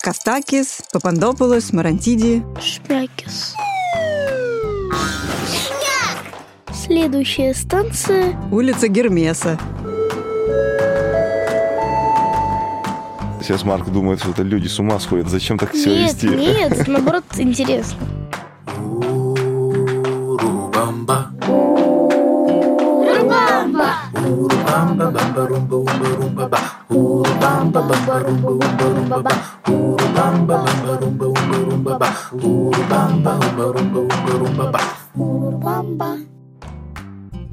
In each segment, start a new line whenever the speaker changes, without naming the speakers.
Кастакис, Папандополос, Марантиди.
Шмякис. Следующая станция
Улица Гермеса.
Сейчас Марк думает, что это люди с ума сходят. Зачем так все
нет,
вести?
нет, наоборот, интересно.
Урубамба. Урубамба. Урубамба, румба, умба, румба, ба. Урубамба, бамба, румба, умба, румба, ба. Урубамба, бамба, румба, умба, румба, ба. Урубамба, умба, румба, умба, румба, ба.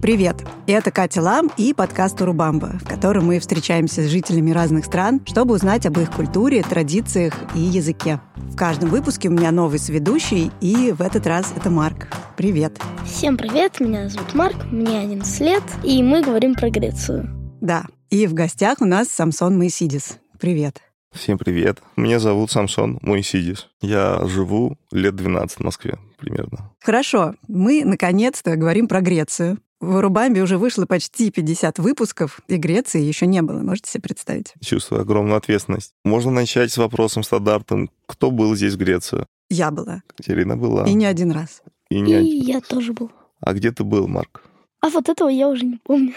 Привет! Это Катя Лам и подкаст «Урубамба», в котором мы встречаемся с жителями разных стран, чтобы узнать об их культуре, традициях и языке. В каждом выпуске у меня новый сведущий, и в этот раз это Марк. Привет!
Всем привет, меня зовут Марк, мне 11 лет, и мы говорим про Грецию.
Да, и в гостях у нас Самсон Моисидис. Привет!
Всем привет. Меня зовут Самсон Моисидис. Я живу лет 12 в Москве примерно.
Хорошо, мы наконец-то говорим про Грецию. В Урубамбе уже вышло почти 50 выпусков, и Греции еще не было, можете себе представить.
Чувствую огромную ответственность. Можно начать с вопросом стандартным. Кто был здесь в Греции?
Я была.
Катерина была.
И не один раз.
И
И
не один.
я тоже был.
А где ты был, Марк?
А вот этого я уже не помню.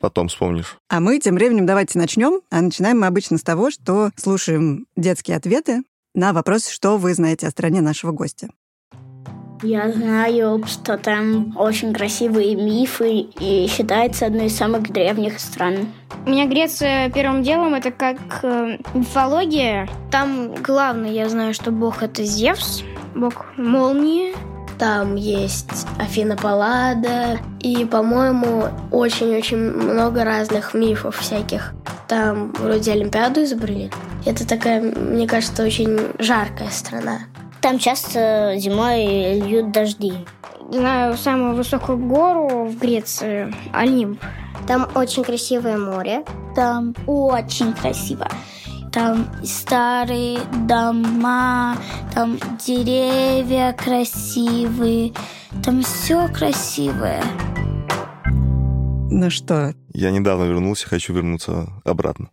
Потом вспомнишь.
А мы тем временем давайте начнем. А начинаем мы обычно с того, что слушаем детские ответы на вопрос, что вы знаете о стране нашего гостя.
Я знаю, что там очень красивые мифы и считается одной из самых древних стран.
У меня Греция первым делом это как э, мифология. Там главное, я знаю, что бог это Зевс, бог молнии.
Там есть Афина Паллада и, по-моему, очень-очень много разных мифов всяких. Там вроде Олимпиаду изобрели. Это такая, мне кажется, очень жаркая страна.
Там часто зимой льют дожди.
Знаю самую высокую гору в Греции, Олимп.
Там очень красивое море.
Там очень красиво. Там старые дома, там деревья красивые, там все красивое.
Ну что,
Я недавно вернулся, хочу вернуться обратно.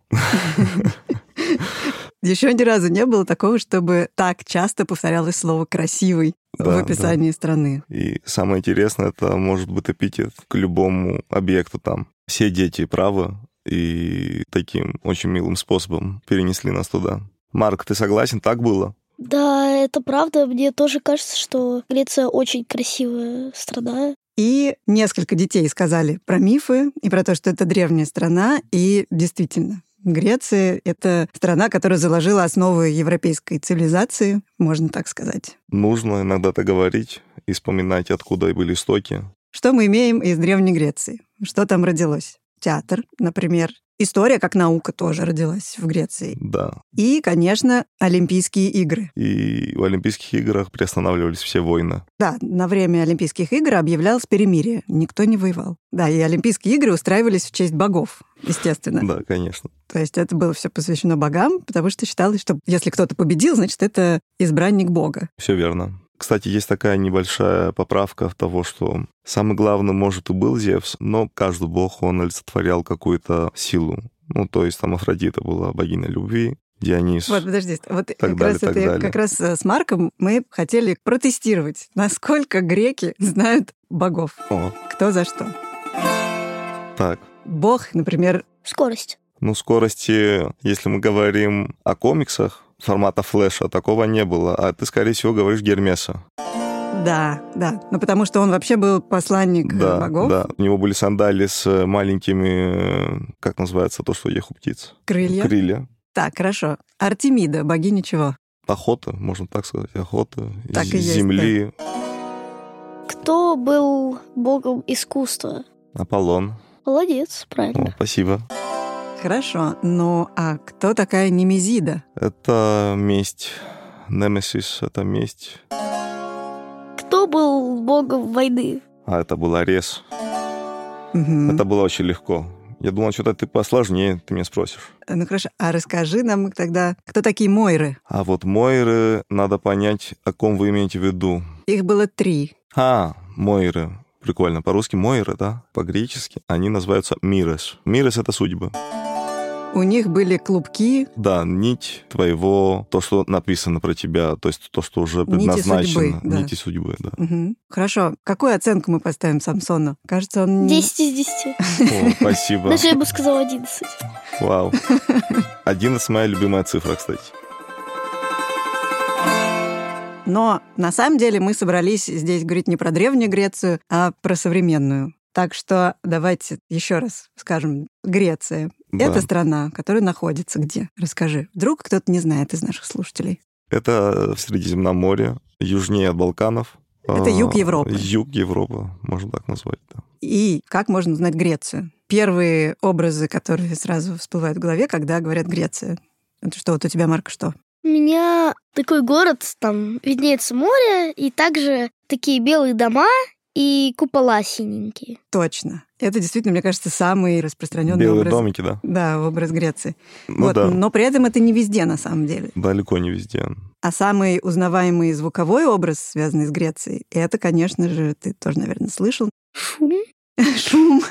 еще ни разу не было такого, чтобы так часто повторялось слово «красивый» в
Да,
описании страны.
И самое интересное, это может быть эпитет к любому объекту там. Все дети правы, и таким очень милым способом перенесли нас туда. Марк, ты согласен? Так было?
Да, это правда. Мне тоже кажется, что Греция очень красивая страна.
И несколько детей сказали про мифы и про то, что это древняя страна. И действительно, Греция — это страна, которая заложила основы европейской цивилизации, можно так сказать.
Нужно иногда это говорить и вспоминать, откуда и были истоки.
Что мы имеем из Древней Греции? Что там родилось? Театр, например. История как наука тоже родилась в Греции.
Да.
И, конечно, Олимпийские игры.
И в Олимпийских играх приостанавливались все войны.
Да, на время Олимпийских игр объявлялось перемирие. Никто не воевал. Да, и Олимпийские игры устраивались в честь богов, естественно.
Да, конечно.
То есть это было все посвящено богам, потому что считалось, что если кто-то победил, значит, это избранник бога.
Все верно. Кстати, есть такая небольшая поправка в того, что самый главный, может, и был Зевс, но каждый бог, он олицетворял какую-то силу. Ну, то есть там Афродита была богиня любви, Дионис.
Вот, подожди, вот как,
далее,
раз
так
это,
далее.
как раз э, с Марком мы хотели протестировать, насколько греки знают богов,
О,
кто за что.
так.
Бог, например,
Скорость.
Ну, скорости, если мы говорим о комиксах, формата флеша, такого не было. А ты, скорее всего, говоришь Гермеса.
да, да, ну потому что он вообще был посланник э,
Да,
богов,
да. У него были сандали с э, маленькими, э, как называется то, что ех у птиц?
крылья.
Крылья.
Так, хорошо. Артемида, богиня чего?
Охота, можно так сказать, охота.
Так
З-
и есть,
земли.
Кто был богом искусства?
Аполлон.
Молодец, правильно.
О, спасибо.
Хорошо, ну а кто такая Немезида?
Это месть. Немесис — это месть.
Кто был богом войны?
А это был Арес.
Мгм.
Это было очень легко. Я думал, что-то ты посложнее, ты меня спросишь.
Ну хорошо, а расскажи нам тогда, кто такие Мойры?
А вот Мойры, надо понять, о ком вы имеете в виду.
Их было три.
А, Мойры. Прикольно. По-русски Мойры, да? По-гречески они называются Мирес. Мирес — это судьбы.
У них были клубки,
Да, нить твоего, то, что написано про тебя, то есть то, что уже
Нити
предназначено.
судьбы, да.
Нити судьбы, да.
Мгм. Хорошо. Какую оценку мы поставим Самсону? Кажется, он...
10 из 10.
О,
Ну,
спасибо.
Даже я бы сказала 11.
Вау. Один из моя любимая цифра, кстати.
Но на самом деле мы собрались здесь говорить не про Древнюю Грецию, а про современную. Так что давайте еще раз скажем Греция.
Да.
Это страна, которая находится где? Расскажи. Вдруг кто-то не знает из наших слушателей.
Это в Средиземноморье, южнее от Балканов.
Это
А,
юг Европы.
Юг Европы, можно так назвать, да.
И как можно узнать Грецию? Первые образы, которые сразу всплывают в голове, когда говорят Греция. Это что вот у тебя, Марк, что?
У меня такой город, там виднеется море, и также такие белые дома и купола синенькие.
Точно. Это действительно, мне кажется, самый распространенный
Белые
образ.
домики, да.
Да, образ Греции.
Ну
вот,
да,
Но при этом это не везде, на самом деле.
далеко не везде.
А самый узнаваемый звуковой образ, связанный с Грецией, это, конечно же, ты тоже, наверное, слышал.
Шум.
Шум.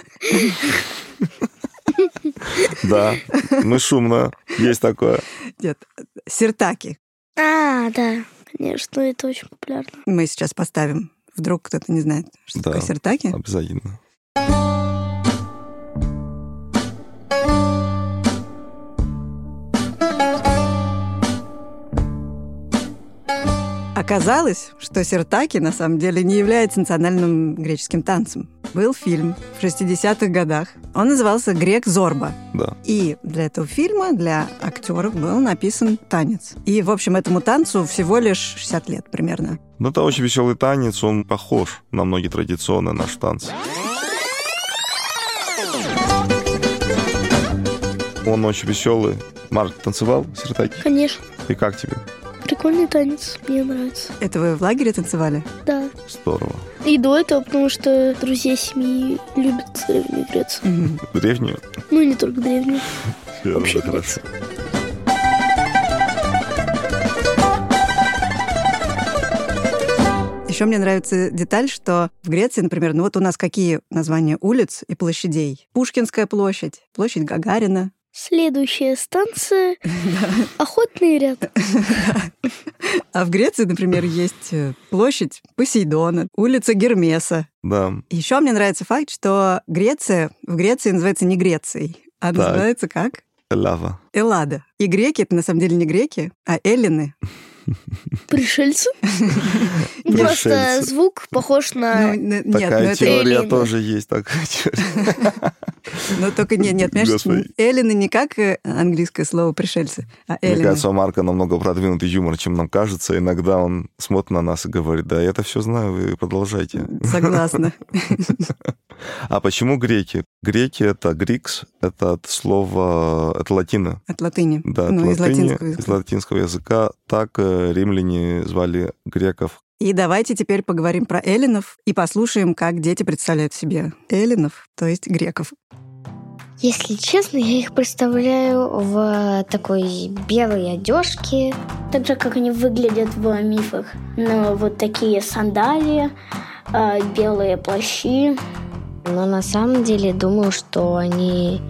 Да, мы шумно, есть такое.
Нет, сиртаки.
А, да, конечно, это очень популярно.
Мы сейчас поставим. Вдруг кто-то не знает, что
Да.
такое сиртаки.
Обязательно.
Оказалось, что сиртаки на самом деле не является национальным греческим танцем. Был фильм в 60-х годах. Он назывался «Грек Зорба».
Да.
И для этого фильма, для актеров был написан танец. И, в общем, этому танцу всего лишь 60 лет примерно.
Ну, это очень веселый танец, он похож на многие традиционные наши танцы. Он очень веселый. Марк, ты танцевал сиртаки?
Конечно,
И как тебе?
прикольный танец, мне нравится.
Это вы в лагере танцевали?
Да.
Здорово.
И до этого, потому что друзья семьи любят древнюю Грецию.
Мгм.
Древнюю?
Ну, не только древнюю.
Я
Вообще
думаю, хорошо.
Еще мне нравится деталь, что в Греции, например, ну вот у нас какие названия улиц и площадей? Пушкинская площадь, площадь Гагарина.
Следующая станция — Охотный ряд.
А в Греции, например, есть э, площадь Посейдона, улица Гермеса.
Да,
Еще мне нравится факт, что Греция в Греции называется не Грецией, а называется как?
лава.
Эллада. И греки это на самом деле не греки, а эллины.
Пришельцы? Просто
Пришельцы.
звук похож
Ну,
на...
н- нет, ну
Такая
это
теория
эллины.
тоже есть. Такая теория.
Ну, только нет, нет, понимаешь,
Господи.
эллины не как э, английское слово пришельцы, а
Мне
эллины.
кажется, у Марка намного продвинутый юмор, чем нам кажется. Иногда он смотрит на нас и говорит, да, я это все знаю, вы продолжайте.
Согласна.
А почему греки? Греки — это грикс, это от слова, от латина.
От латыни.
Да, от
ну, из
латыни,
латинского
из
языка.
латинского языка. Так э, римляне звали греков.
И давайте теперь поговорим про эллинов и послушаем, как дети представляют себе эллинов, то есть греков.
Если честно, я их представляю в такой белой одежке.
Так же, как они выглядят в мифах. Но вот такие сандалии, э, белые плащи.
Но на самом деле думаю, что они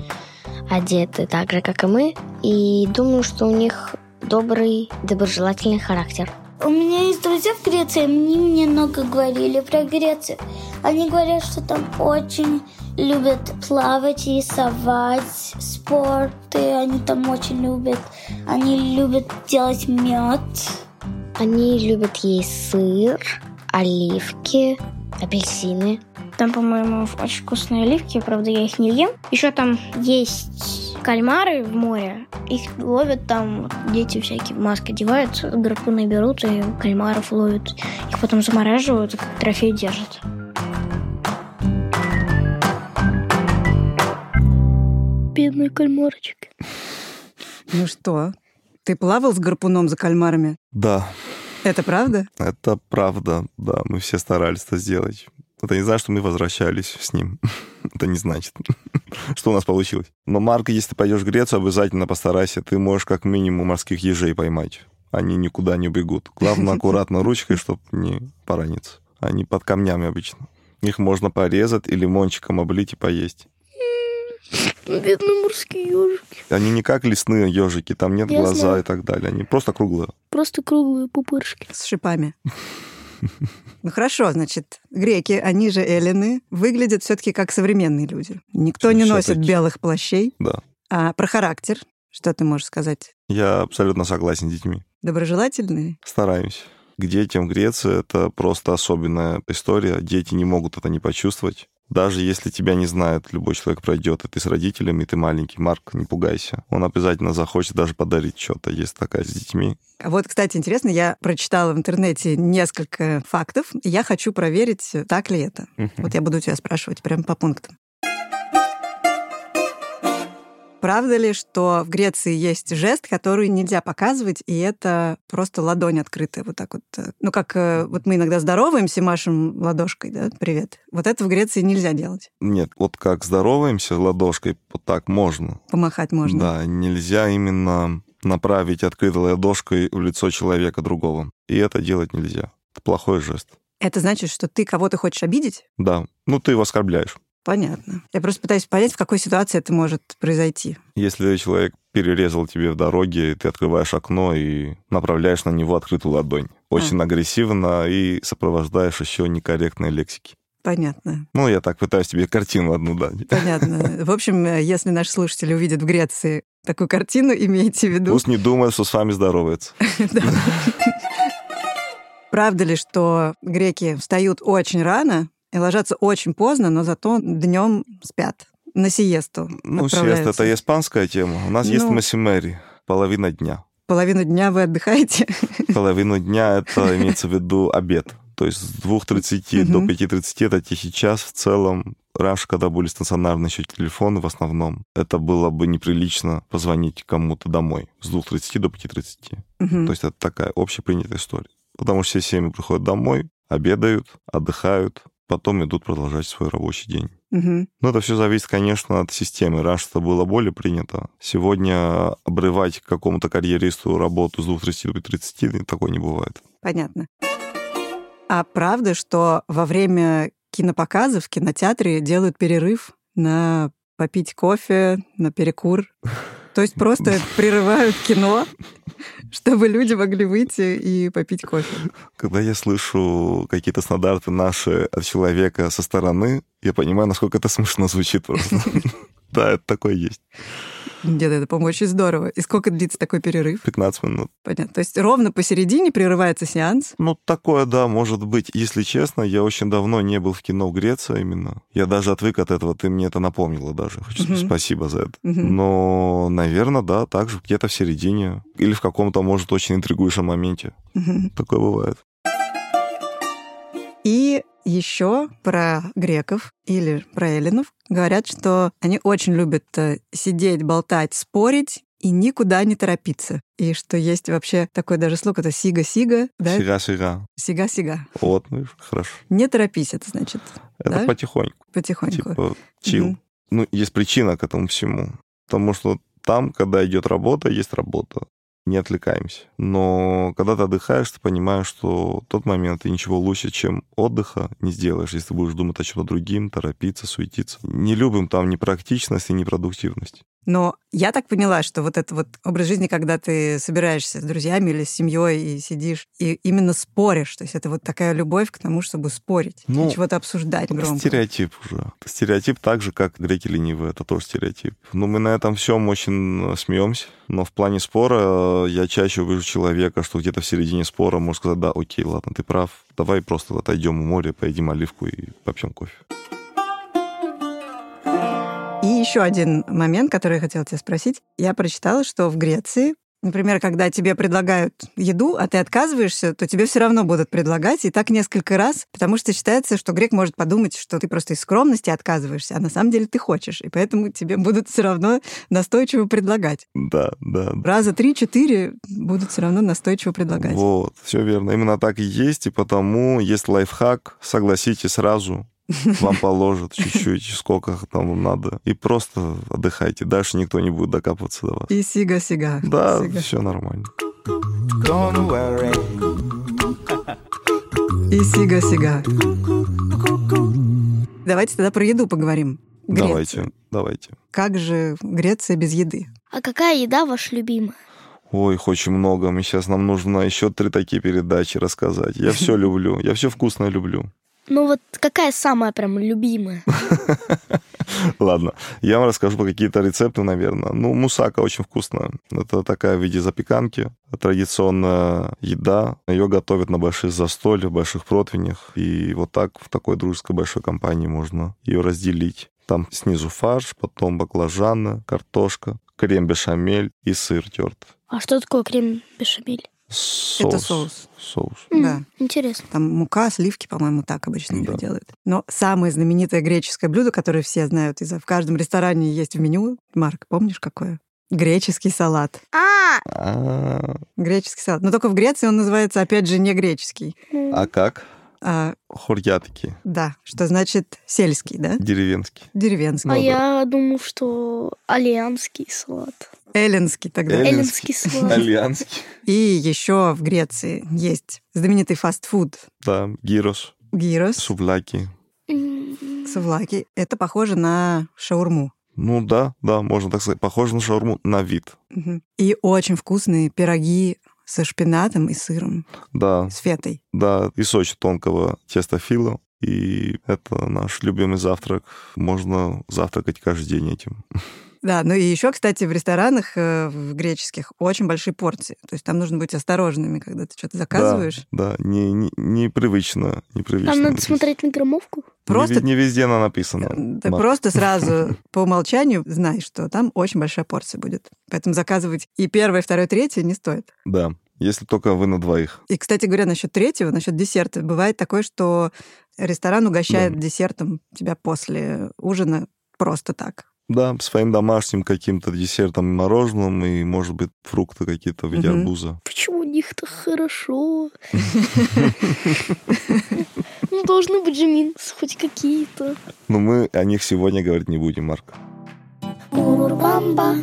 одеты так же, как и мы. И думаю, что у них добрый, доброжелательный характер.
У меня есть друзья в Греции, они мне много говорили про Грецию. Они говорят, что там очень любят плавать, рисовать, спорты. Они там очень любят. Они любят делать мед.
Они любят есть сыр, оливки, апельсины.
Там, по-моему, очень вкусные оливки, правда, я их не ем. Еще там есть кальмары в море. Их ловят там, вот дети всякие в маски одевают, гарпуны берут и кальмаров ловят. Их потом замораживают и как трофей держат.
Бедный кальмарочек.
Ну что, ты плавал с гарпуном за кальмарами?
Да,
Это правда?
это правда, да, мы все старались это сделать. Это не значит, что мы возвращались с ним. Это не значит, что у нас получилось. Но, Марк, если ты пойдешь в Грецию, обязательно постарайся. Ты можешь как минимум морских ежей поймать. Они никуда не бегут. Главное, аккуратно ручкой, чтобы не пораниться. Они под камнями обычно. Их можно порезать и лимончиком облить и поесть.
Бедные морские ежики.
Они не как лесные ежики, там нет
Я
глаза
знаю.
и так далее. Они просто круглые.
Просто круглые пупырышки.
с шипами. Ну хорошо, значит, греки, они же эллины, выглядят все-таки как современные люди. Никто не
Всё
носит
таки.
белых плащей.
Да.
А про характер, что ты можешь сказать?
Я абсолютно согласен с детьми.
Доброжелательные?
Стараемся. К детям Греция это просто особенная история. Дети не могут это не почувствовать. Даже если тебя не знает, любой человек пройдет, и ты с родителями, и ты маленький, Марк, не пугайся. Он обязательно захочет даже подарить что-то, если такая с детьми.
А вот, кстати, интересно, я прочитала в интернете несколько фактов, и я хочу проверить, так ли это. Вот я буду тебя спрашивать прямо по пунктам. Правда ли, что в Греции есть жест, который нельзя показывать, и это просто ладонь открытая, вот так вот. э, Ну, как э, вот мы иногда здороваемся, машем ладошкой, да, привет. Вот это в Греции нельзя делать.
Нет, вот как здороваемся ладошкой, вот так можно.
Помахать можно.
Да, нельзя именно направить открытой ладошкой в лицо человека другого. И это делать нельзя. Это плохой жест.
Это значит, что ты кого-то хочешь обидеть?
Да, ну ты его оскорбляешь.
Понятно. Я просто пытаюсь понять, в какой ситуации это может произойти.
Если человек перерезал тебе в дороге, ты открываешь окно и направляешь на него открытую ладонь. Очень агрессивно и сопровождаешь еще некорректной лексики.
Понятно.
Ну, я так пытаюсь тебе картину одну дать.
Понятно. В общем, э, если наши слушатели увидят в Греции такую картину, имейте в виду.
Пусть не думает, что с вами здоровается.
Да. Правда ли, что греки встают очень рано и ложатся очень поздно, но зато днем спят на сиесту?
Ну,
отправляются?
сиеста — это испанская тема. У нас есть
Ну.
массимери. Половина дня.
Половину дня вы отдыхаете?
Половину дня — это имеется в виду обед. То есть с 2.30 до
Мгм.
5.30 это тихий час в целом. Раньше, когда были стационарные еще телефоны в основном, это было бы неприлично позвонить кому-то домой с 2.30 до 5.30.
Мгм.
То есть это такая общепринятая история. Потому что все семьи приходят домой, обедают, отдыхают, потом идут продолжать свой рабочий день.
Мгм.
Ну, это все зависит, конечно, от системы. Раньше это было более принято. Сегодня обрывать какому-то карьеристу работу с 2.30 до 30 такое не бывает.
Понятно. А правда, что во время кинопоказа в кинотеатре делают перерыв на попить кофе, на перекур? То есть просто прерывают кино, чтобы люди могли выйти и попить кофе.
Когда я слышу какие-то стандарты наши от человека со стороны, я понимаю, насколько это смешно звучит просто. Да, это такое есть.
Где-то это, по-моему, очень здорово. И сколько длится такой перерыв?
15 минут.
Понятно. То есть ровно посередине прерывается сеанс.
Ну, такое, да, может быть. Если честно, я очень давно не был в кино в Греции именно. Я даже отвык от этого, ты мне это напомнила даже. Хочу сказать
Мгм.
Спасибо за это.
Мгм.
Но, наверное, да, также где-то в середине или в каком-то, может, очень интригующем моменте.
Мгм.
Такое бывает.
И еще про греков или про эллинов говорят, что они очень любят э, сидеть, болтать, спорить и никуда не торопиться. И что есть вообще такой даже слог, это сига-сига, да?
Сига-сига.
Сига-сига.
Вот, видишь, хорошо.
Не торопись, это значит,
Это
Да?
потихоньку,
потихоньку.
типа чил.
Мгм.
Ну, есть причина к этому всему. Потому что там, когда идет работа, есть работа. Не отвлекаемся. Но когда ты отдыхаешь, ты понимаешь, что в тот момент ты ничего лучше, чем отдыха, не сделаешь, если ты будешь думать о чем-то другим, торопиться, суетиться. Не любим там непрактичность и непродуктивность.
Но я так поняла, что вот этот вот образ жизни, когда ты собираешься с друзьями или с семьей и сидишь, и именно споришь, то есть это вот такая любовь к тому, чтобы спорить,
Ну,
и чего-то обсуждать
Это
громко.
стереотип уже. Это стереотип так же, как греки ленивые, это тоже стереотип. Но мы на этом всем очень э, смеемся. Но в плане спора э, я чаще вижу человека, что где-то в середине спора может сказать, да, окей, ладно, ты прав, давай просто отойдем у моря, поедим оливку и попьем кофе.
И еще один момент, который я хотела тебя спросить. Я прочитала, что в Греции, например, когда тебе предлагают еду, а ты отказываешься, то тебе все равно будут предлагать, и так несколько раз, потому что считается, что грек может подумать, что ты просто из скромности отказываешься, а на самом деле ты хочешь, и поэтому тебе будут все равно настойчиво предлагать.
Да, да, да.
Раза три-четыре будут все равно настойчиво предлагать.
Вот, все верно. Именно так и есть, и потому есть лайфхак, согласитесь сразу, вам положат чуть-чуть, сколько там надо. И просто отдыхайте, дальше никто не будет докапываться до вас.
И сига-сига.
Да,
сига.
все нормально.
Don't worry,
И сига-сига. Давайте тогда про еду поговорим. Греция.
Давайте, давайте.
Как же Греция без еды?
А какая еда ваша любимая?
Ой, их очень много. Мы сейчас нам нужно еще три такие передачи рассказать. Я все люблю. Я все вкусное люблю.
Ну вот какая самая прям любимая?
Ладно, я вам расскажу про какие-то рецепты, наверное. Ну, мусака очень вкусная. Это такая в виде запеканки, традиционная еда. Ее готовят на больших застольях, больших противнях. И вот так в такой дружеской большой компании можно ее разделить. Там снизу фарш, потом баклажаны, картошка, крем-бешамель и сыр терт.
А что такое крем бешамель?
Соус.
соус.
Соус.
М,
Да.
Интересно.
Там мука, сливки, по-моему, так обычно люди
Да.
делают. Но самое знаменитое греческое блюдо, которое все знают, и за- в каждом ресторане есть в меню, Марк, помнишь какое? Греческий салат.
А,
А,
Греческий салат. Но только в Греции он называется, опять же, не греческий.
а как?
А,
Хурьятки.
да, что значит сельский, да?
Деревенские.
Деревенский.
а
Ну да.
я думал, что алианский салат.
Эллинский тогда.
Эллин-
Эллинский салат.
Альянские.
И еще в Греции есть знаменитый фастфуд
Да, гирос,
гирос,
сувляки.
М,
сувлаки. Это похоже на шаурму.
Ну да, да, можно так сказать. Похоже на шаурму на вид.
Мгм. И очень вкусные пироги со шпинатом и сыром,
Да,
с фетой.
да, и Сочи тонкого теста фила. И это наш любимый завтрак. Можно завтракать каждый день этим.
Да, ну и еще, кстати, в ресторанах э, в греческих очень большие порции. То есть там нужно быть осторожными, когда ты что-то заказываешь.
Да, не, не- непривычно, непривычно.
Там надо смотреть на громовку.
Не
Просто-
ви- Не, везде она написана.
Да
Ма-
просто сразу по умолчанию знай, что там очень большая порция будет. Поэтому заказывать и первое, второе, третье не стоит.
Да, если только вы на двоих.
И, кстати говоря, насчет третьего, насчет десерта, бывает такое, что ресторан угощает
Да.
десертом тебя после ужина просто так.
Да, своим домашним каким-то десертом и мороженым, и, может быть, фрукты какие-то в виде
Мгм.
арбуза.
Почему у них так хорошо? Ну, должны быть же минусы хоть какие-то.
Но мы о них сегодня говорить не будем, Марк.
Урубамба,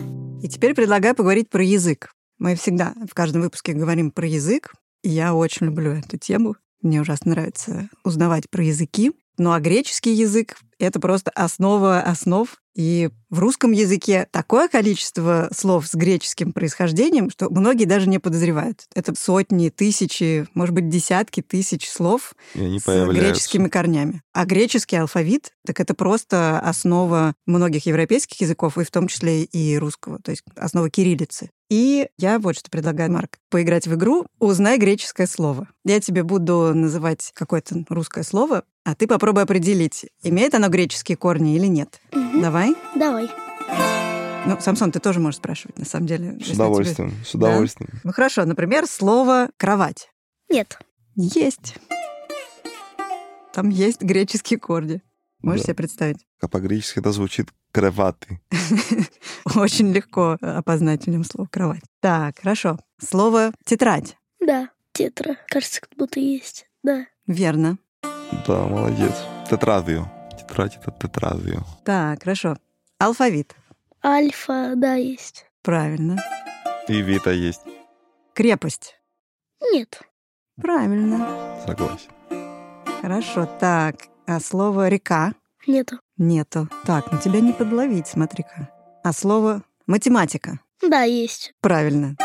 И теперь предлагаю поговорить про язык. Мы всегда в каждом выпуске говорим про язык, и я очень люблю эту тему. Мне ужасно нравится узнавать про языки. Ну а греческий язык — это просто основа основ. И в русском языке такое количество слов с греческим происхождением, что многие даже не подозревают. Это сотни, тысячи, может быть, десятки тысяч слов,
И они
с
появляются.
греческими корнями. А греческий алфавит, так это просто основа многих европейских языков, и в том числе и русского, то есть основа кириллицы. И я вот что предлагаю, Марк, поиграть в игру «Узнай греческое слово». Я тебе буду называть какое-то русское слово, а ты попробуй определить, имеет оно греческие корни или нет.
Мгм.
Давай.
Давай.
Ну, Самсон, ты тоже можешь спрашивать, на самом деле. если
С
тебе-
удовольствием, с удовольствием.
Ну хорошо, например, слово «кровать».
Нет.
Есть. Там есть греческие корни. Можешь
Да.
себе представить?
А по-гречески это звучит кроваты.
Очень легко э, опознать в нем слово кровать. Так, хорошо. Слово тетрадь.
Да. Тетра. Кажется, как будто есть. Да.
Верно.
Да, молодец. Тетрадио. Тетрадь это тетрадио.
Так, хорошо. Алфавит.
Альфа, да, есть.
Правильно.
И Вита есть.
Крепость.
Нет.
Правильно.
Согласен.
Хорошо. Так, а слово река
Нету.
нету. Так, ну тебя не подловить, смотри-ка. А слово математика.
Да, есть.
Правильно.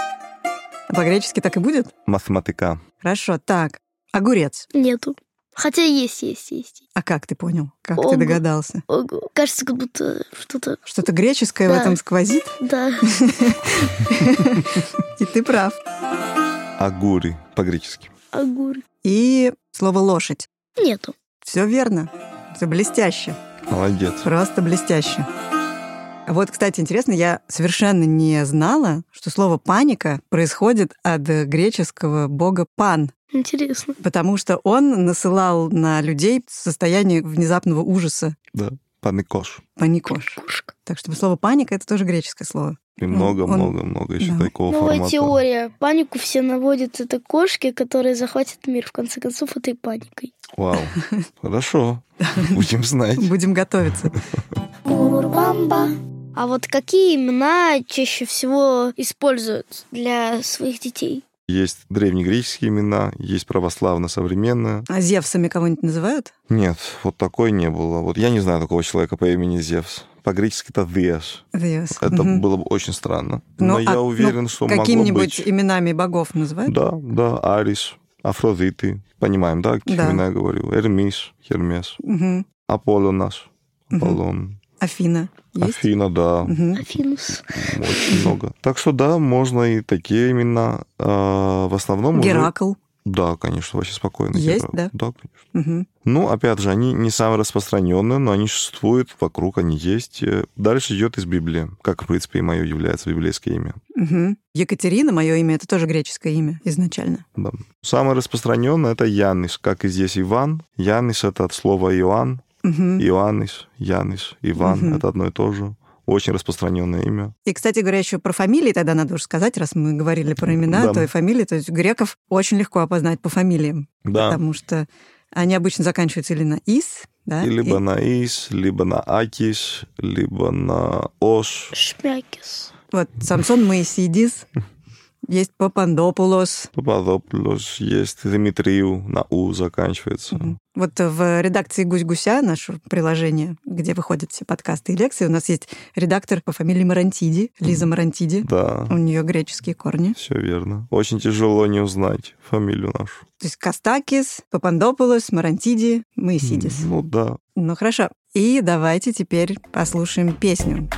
А по-гречески так и будет?
Математика.
Хорошо. Так, огурец.
Нету. Хотя есть, есть, есть.
А как ты понял? Как ты
Огу-
догадался?
Ого. Кажется, как будто что-то...
Что-то греческое в
Да.
этом сквозит,
Да.
и ты прав.
Агури по-гречески.
Огур.
И слово лошадь.
Нету.
Все верно. Все блестяще.
Молодец.
Просто блестяще. А Вот, кстати, интересно, я совершенно не знала, что слово паника происходит от э, греческого бога Пан,
Интересно.
потому что он насылал на людей состояние внезапного ужаса
Паникош.
паникош.
Кошка.
Так что слово паника это тоже греческое слово.
И много,
он-
много, много еще
да.
такого
Новая
формата.
теория. Панику все наводят это кошки, которые захватят мир. В конце концов, этой паникой.
Вау. Хорошо. Будем знать.
Будем готовиться.
урубамба,
А вот какие имена чаще всего используют для своих детей?
Есть древнегреческие имена, есть православно-современное.
А Зевсами кого-нибудь называют?
Нет, вот такой не было. Вот я не знаю такого человека по имени Зевс. По-гречески это Деас.
Зевс.
Это
Мгм.
было бы очень странно.
Ну,
Но
а-
я
ну,
уверен, что могло
Какими-нибудь
быть.
именами богов называют?
Да, да, Арис, Афродиты. Понимаем, да, какие
Да.
имена я говорю? Эрмис, Хермес,
Мгм.
Аполлонас,
Мгм.
Аполлон,
Афина есть?
Афина, Ну, да,
Мгм.
Афинус.
очень много. Так что да, можно и такие имена. А, в основном уже-
Геракл.
Да, конечно, вообще спокойно.
Есть,
Геракл.
да?
Да, конечно.
Мгм.
Ну, опять же, они не самые распространенные, но они существуют вокруг, они есть. Э, Дальше идет из Библии, как, в принципе, и мое является библейское имя.
Мгм. Екатерина, мое имя, это тоже греческое имя изначально.
Да. Самое распространенное это Янис, как и здесь Иван. Янис это от слова Иоанн.
Мгм.
Иоаннис, Янис, Иван
Мгм.
это одно и то же. Очень распространенное имя.
И, кстати говоря, еще про фамилии тогда надо уже сказать, раз мы говорили про имена,
Да.
то и фамилии. То есть греков очень легко опознать по фамилиям,
Да.
потому что они обычно заканчиваются или на «ис», да?
И либо
и-
на Ис, либо на Акис, либо на Ош.
Шмякис.
Вот Самсон Моисидис, есть Папандопулос.
Пападоплюс есть, Дмитрию на У заканчивается.
Мгм. Вот в редакции «Гусь-гуся», наше приложение, где выходят все подкасты и лекции, у нас есть редактор по фамилии Марантиди, Лиза Марантиди.
Да.
У нее греческие корни.
Все верно. Очень тяжело не узнать фамилию нашу.
То есть Кастакис, Папандополос, Марантиди, Моисидис.
Ну да.
Ну хорошо. И давайте теперь послушаем песню.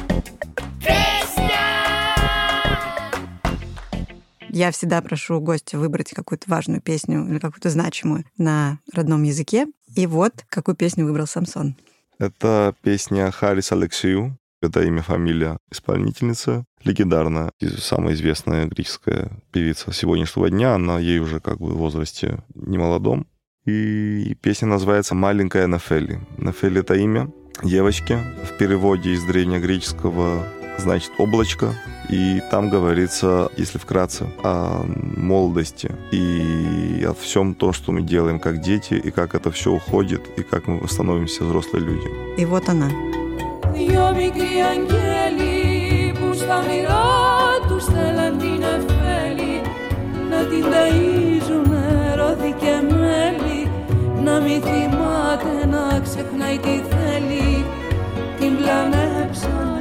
Я всегда прошу гостя выбрать какую-то важную песню или какую-то значимую на родном языке. И вот какую песню выбрал Самсон.
Это песня Харрис Алексею. Это имя, фамилия исполнительницы. Легендарная, и самая известная греческая певица сегодняшнего дня. Она ей уже как бы в возрасте немолодом. И песня называется «Маленькая Нефели». Нефели — это имя девочки. В переводе из древнегреческого значит «облачко». И там говорится, если вкратце, о молодости и о всем то, что мы делаем как дети, и как это все уходит, и как мы становимся взрослые люди.
И вот она.
Δυο μικροί αγγέλοι που στα όνειρά τους θέλαν την εφέλη Να την ταΐζουν ρώδη και μέλι Να μην θυμάται να ξεχνάει τι θέλει Την πλανέψανε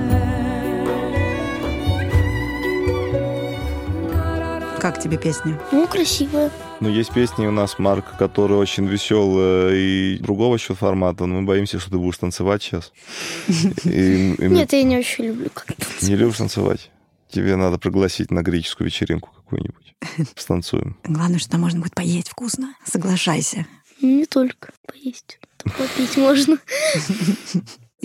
Как тебе песня?
Ну, красиво.
Но есть песни у нас, Марк, которые очень веселые и другого еще формата, но мы боимся, что ты будешь танцевать сейчас. И- и мы-
Нет, я не очень люблю как-то.
Не любишь танцевать? Тебе надо пригласить на греческую вечеринку какую-нибудь. Станцуем.
Главное, что там можно будет поесть вкусно. Соглашайся.
Не только поесть. Такое пить можно.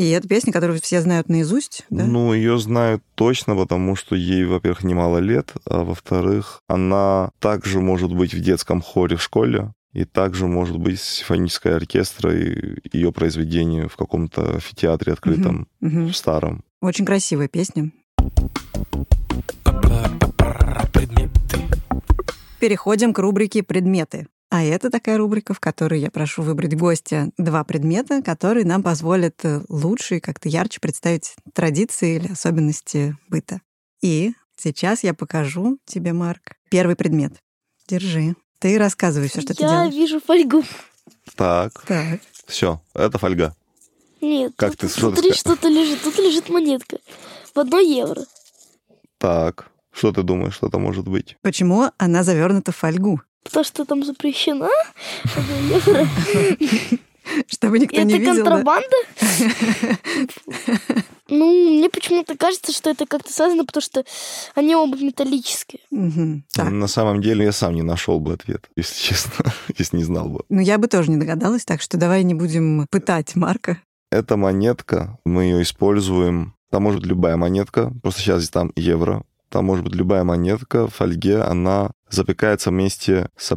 И это песня, которую все знают наизусть, да?
Ну, ее знают точно, потому что ей, во-первых, немало лет, а во-вторых, она также может быть в детском хоре в школе, и также может быть симфоническая оркестра и ее произведение в каком-то амфитеатре открытом,
Мгм.
в старом.
Очень красивая песня. Переходим к рубрике «Предметы». А это такая рубрика, в которой я прошу выбрать гостя два предмета, которые нам позволят э, лучше и как-то ярче представить традиции или особенности быта. И сейчас я покажу тебе, Марк, первый предмет. Держи. Ты рассказывай все, что ты
Я
делаешь.
вижу фольгу.
Так,
Так.
все, это фольга.
Нет,
Как
тут,
ты, что ты
смотри,
сказал?
что-то лежит. Тут лежит монетка. В одно евро.
Так, что ты думаешь, что это может быть?
Почему она завернута в фольгу?
Потому что там запрещено. Одно евро.
Чтобы никто не
Это
видел. да?
контрабанда? Ну, мне почему-то кажется, что это как-то связано, потому что они оба металлические.
Мгм. Так.
На самом деле я сам не нашел бы ответ, если честно, если не знал бы.
Ну, я бы тоже не догадалась, так что давай не будем пытать Марка.
Эта монетка, мы ее используем. Там может быть любая монетка, просто сейчас здесь там евро. Там может быть любая монетка в фольге, она запекается вместе с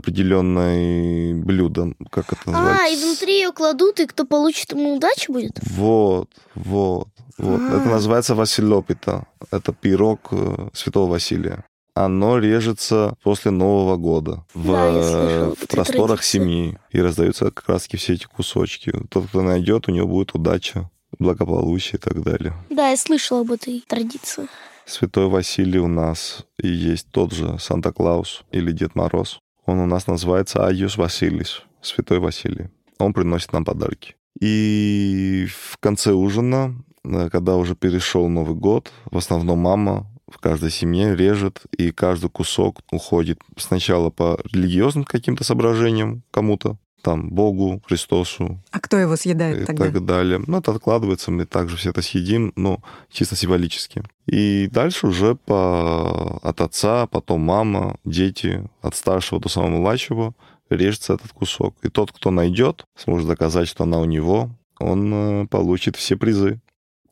определенной блюдом, как это называется.
А, и внутри ее кладут, и кто получит, ему удача будет?
Вот, вот, вот.
А.
Это называется василопита. Это пирог э, Святого Василия. Оно режется после Нового года в,
Да, я слышала
э, в
эти
просторах
традиции.
семьи. И раздаются как раз все эти кусочки. Тот, кто найдет, у него будет удача, благополучие и так далее.
Да, я слышала об этой традиции.
Святой Василий у нас и есть тот же Санта-Клаус или Дед Мороз. Он у нас называется Айюс Василис, Святой Василий. Он приносит нам подарки. И в конце ужина, э, когда уже перешел Новый год, в основном мама в каждой семье режет, и каждый кусок уходит сначала по религиозным каким-то соображениям кому-то, там, Богу, Христосу,
А кто его съедает
и
тогда?
так далее. Ну, это откладывается, мы также все это съедим, но чисто символически. И дальше уже по... от отца, потом мама, дети, от старшего до самого младшего режется этот кусок. И тот, кто найдет, сможет доказать, что она у него, он э, получит все призы,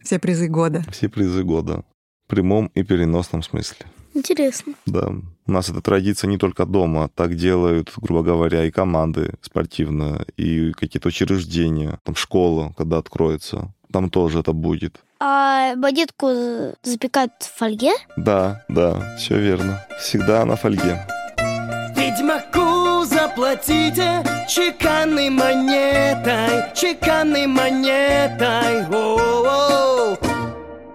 Все призы года.
все призы года. В прямом и переносном смысле.
Интересно.
Да. У нас эта традиция не только дома. а Так делают, грубо говоря, и команды спортивные, и какие-то учреждения. Там школа, когда откроется. Там тоже это будет.
А багетку з- запекают в фольге?
Да, да, все верно. Всегда на фольге.
Ведьмаку заплатите чеканной монетой, чеканной монетой. О-о-о.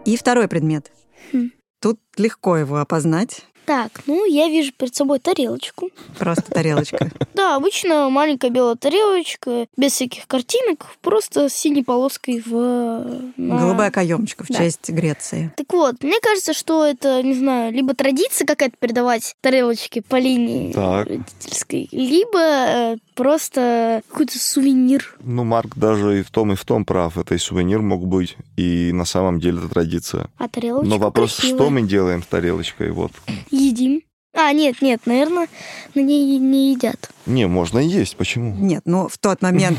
И второй предмет.
Хм.
Тут легко его опознать.
Так, ну я вижу перед собой тарелочку.
Просто тарелочка.
Да, обычно маленькая белая тарелочка, без всяких картинок, просто с синей полоской в... э, на-
Голубая каемочка в
Да.
честь Греции.
Так вот, мне кажется, что это, не знаю, либо традиция какая-то передавать тарелочки по линии
Так.
родительской, либо э, просто какой-то сувенир.
Ну, Марк даже и в том, и в том прав. Это и сувенир мог быть, и на самом деле это традиция.
А тарелочка
Но вопрос,
красивая.
что мы делаем с тарелочкой? Вот.
Едим. А, нет, нет, наверное, на ней не едят.
Не, можно и есть. Почему?
Нет, но в тот момент,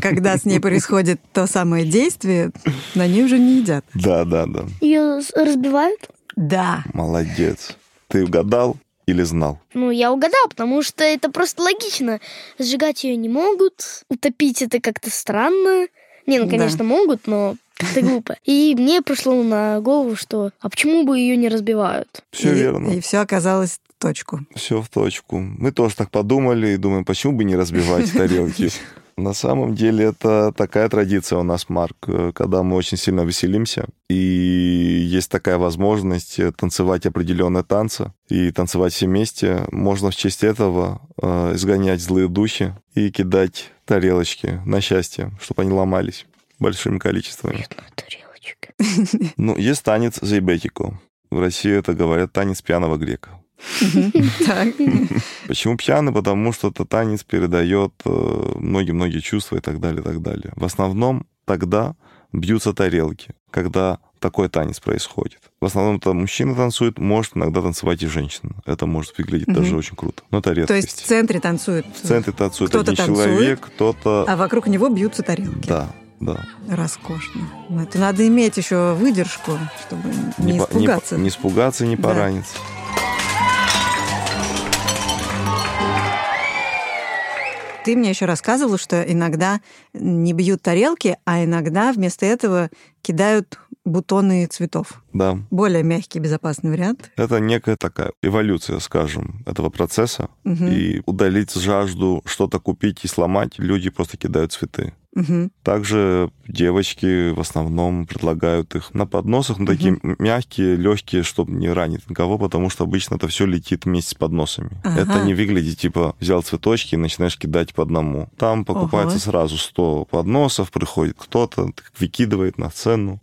когда с ней происходит то самое действие, на ней уже не едят.
Да, да, да.
Ее разбивают?
Да.
Молодец. Ты угадал или знал?
Ну, я угадал, потому что это просто логично. Сжигать ее не могут, утопить это как-то странно. Не, ну,
Да.
конечно, могут, но это глупо. И мне пришло на голову, что а почему бы ее не разбивают?
Все
И-
верно.
И все оказалось в точку.
Все в точку. Мы тоже так подумали и думаем, почему бы не разбивать тарелки. На самом деле это такая традиция у нас, Марк, э, когда мы очень сильно веселимся, и есть такая возможность э, танцевать определенные танцы и танцевать все вместе. Можно в честь этого э, изгонять злые духи и кидать тарелочки на счастье, чтобы они ломались большими количествами.
Бедная тарелочка.
Ну, есть танец заебетику. В России это говорят танец пьяного грека.
Так.
Почему пьяный? Потому что этот танец передает э, многие-многие чувства и так далее, и так далее. В основном тогда бьются тарелки, когда такой танец происходит. В основном это мужчина танцует, может иногда танцевать и женщина. Это может выглядеть
Мгм.
даже очень круто. Но это
То есть
редкость.
в центре танцуют,
В центре танцует
кто-то
один
танцует,
человек, кто-то...
а вокруг него бьются тарелки.
Да, да.
Роскошно. Ну, Это надо иметь еще выдержку, чтобы не,
по- по-
испугаться.
не испугаться, не
Да.
пораниться.
Ты мне еще рассказывала, что иногда не бьют тарелки, а иногда вместо этого кидают бутоны цветов.
Да.
Более мягкий, безопасный вариант.
Это некая такая эволюция, скажем, этого процесса.
Мгм.
И удалить жажду что-то купить и сломать, люди просто кидают цветы.
Мгм.
Также девочки в основном предлагают их на подносах, ну, такие мягкие, легкие, чтобы не ранить никого, потому что обычно это все летит вместе с подносами.
Ага.
Это не выглядит типа взял цветочки и начинаешь кидать по одному. Там покупается
Ого.
сразу 100 подносов, приходит кто-то, выкидывает на сцену.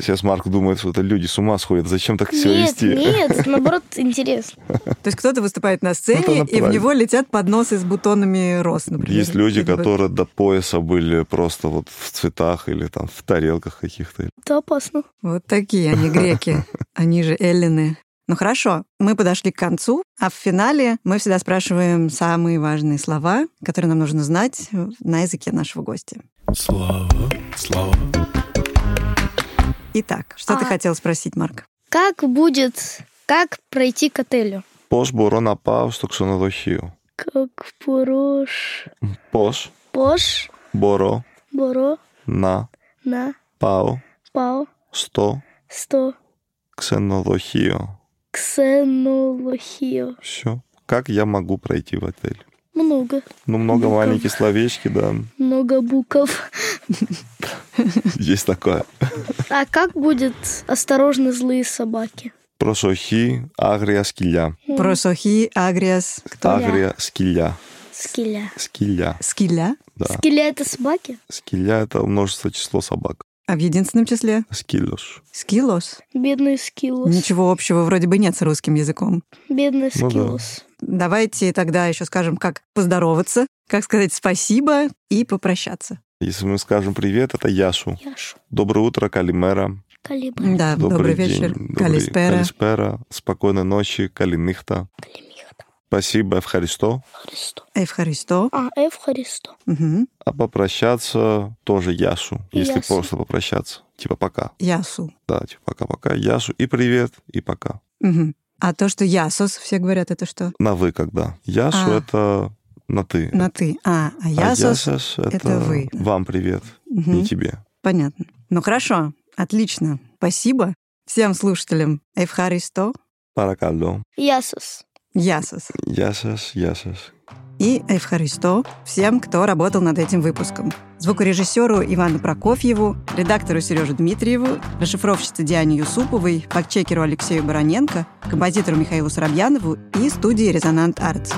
Сейчас Марк думает, что это люди с ума сходят, зачем так все
Нет,
вести?
нет, наоборот, интересно.
То есть кто-то выступает на
Ну, это
сцене, и
она
в
правильно.
него летят подносы с бутонами роз, например.
Есть люди,
Или бы-
которые до пояса были просто вот в цветах или там в тарелках каких-то.
Это опасно.
Вот такие они греки, они же эллины. Ну хорошо, мы подошли к концу, а в финале мы всегда спрашиваем самые важные слова, которые нам нужно знать на языке нашего гостя.
Слава, слава.
Итак, что ты
А.
хотел спросить, Марк?
Как будет, как пройти к отелю?
Пош борона пау, что ксонодохию.
Как порош...
Пош
Пош,
боро
боро,
на
на,
пау,
пау,
сто
сто,
ксенодохио.
ксенолохио.
Все. Как я могу пройти в отель?
Много.
Ну, много маленьких словечки, да.
Много буков.
Есть такое.
А как будет «Осторожно, злые собаки»?
Просохи агрия скиля.
Просохи, агриас, кто?
Агрия скиля.
Скиля.
Скиля.
Скиля?
Да.
Скиля — это собаки?
Скиля — это множество число собак.
А в единственном числе?
Скилюш.
Скилос.
Бедные скилос.
Ничего общего вроде бы нет с русским языком.
Бедные
Ну да.
скилос.
Давайте тогда еще скажем, как поздороваться, как сказать спасибо и попрощаться.
Если мы скажем привет, это Яшу.
Яшу.
Доброе утро, Калимера.
Калибр.
Да, добрый, вечер.
день, добрый-
Калиспера.
Калиспера. Спокойной ночи, Калинихта. Спасибо, Евхаристо.
Христо.
Эвхаристо.
А, Эв Христо.
Мгм.
А попрощаться тоже Яшу, если
Ясу.
просто попрощаться. Типа пока.
Ясу.
Да, типа пока-пока, Яшу. И привет, и пока.
Мгм. А то, что ясус, все говорят, это что?
На вы когда. Яшу
А.
это на ты.
На ты. А, а
А
ясус.
Ясас
это
это,
вы.
вам привет,
Мгм.
не тебе.
Понятно. Ну хорошо, отлично. Спасибо всем слушателям. Эвхаристо,
Паракалдо.
Ясус.
ясус.
Ясас, Ясас.
и Эвхаристо, всем, кто работал над этим выпуском. Звукорежиссеру Ивану Прокофьеву, редактору Сереже Дмитриеву, расшифровщице Диане Юсуповой, фактчекеру Алексею Бароненко, композитору Михаилу Соробьянову и студии «Резонант Артс».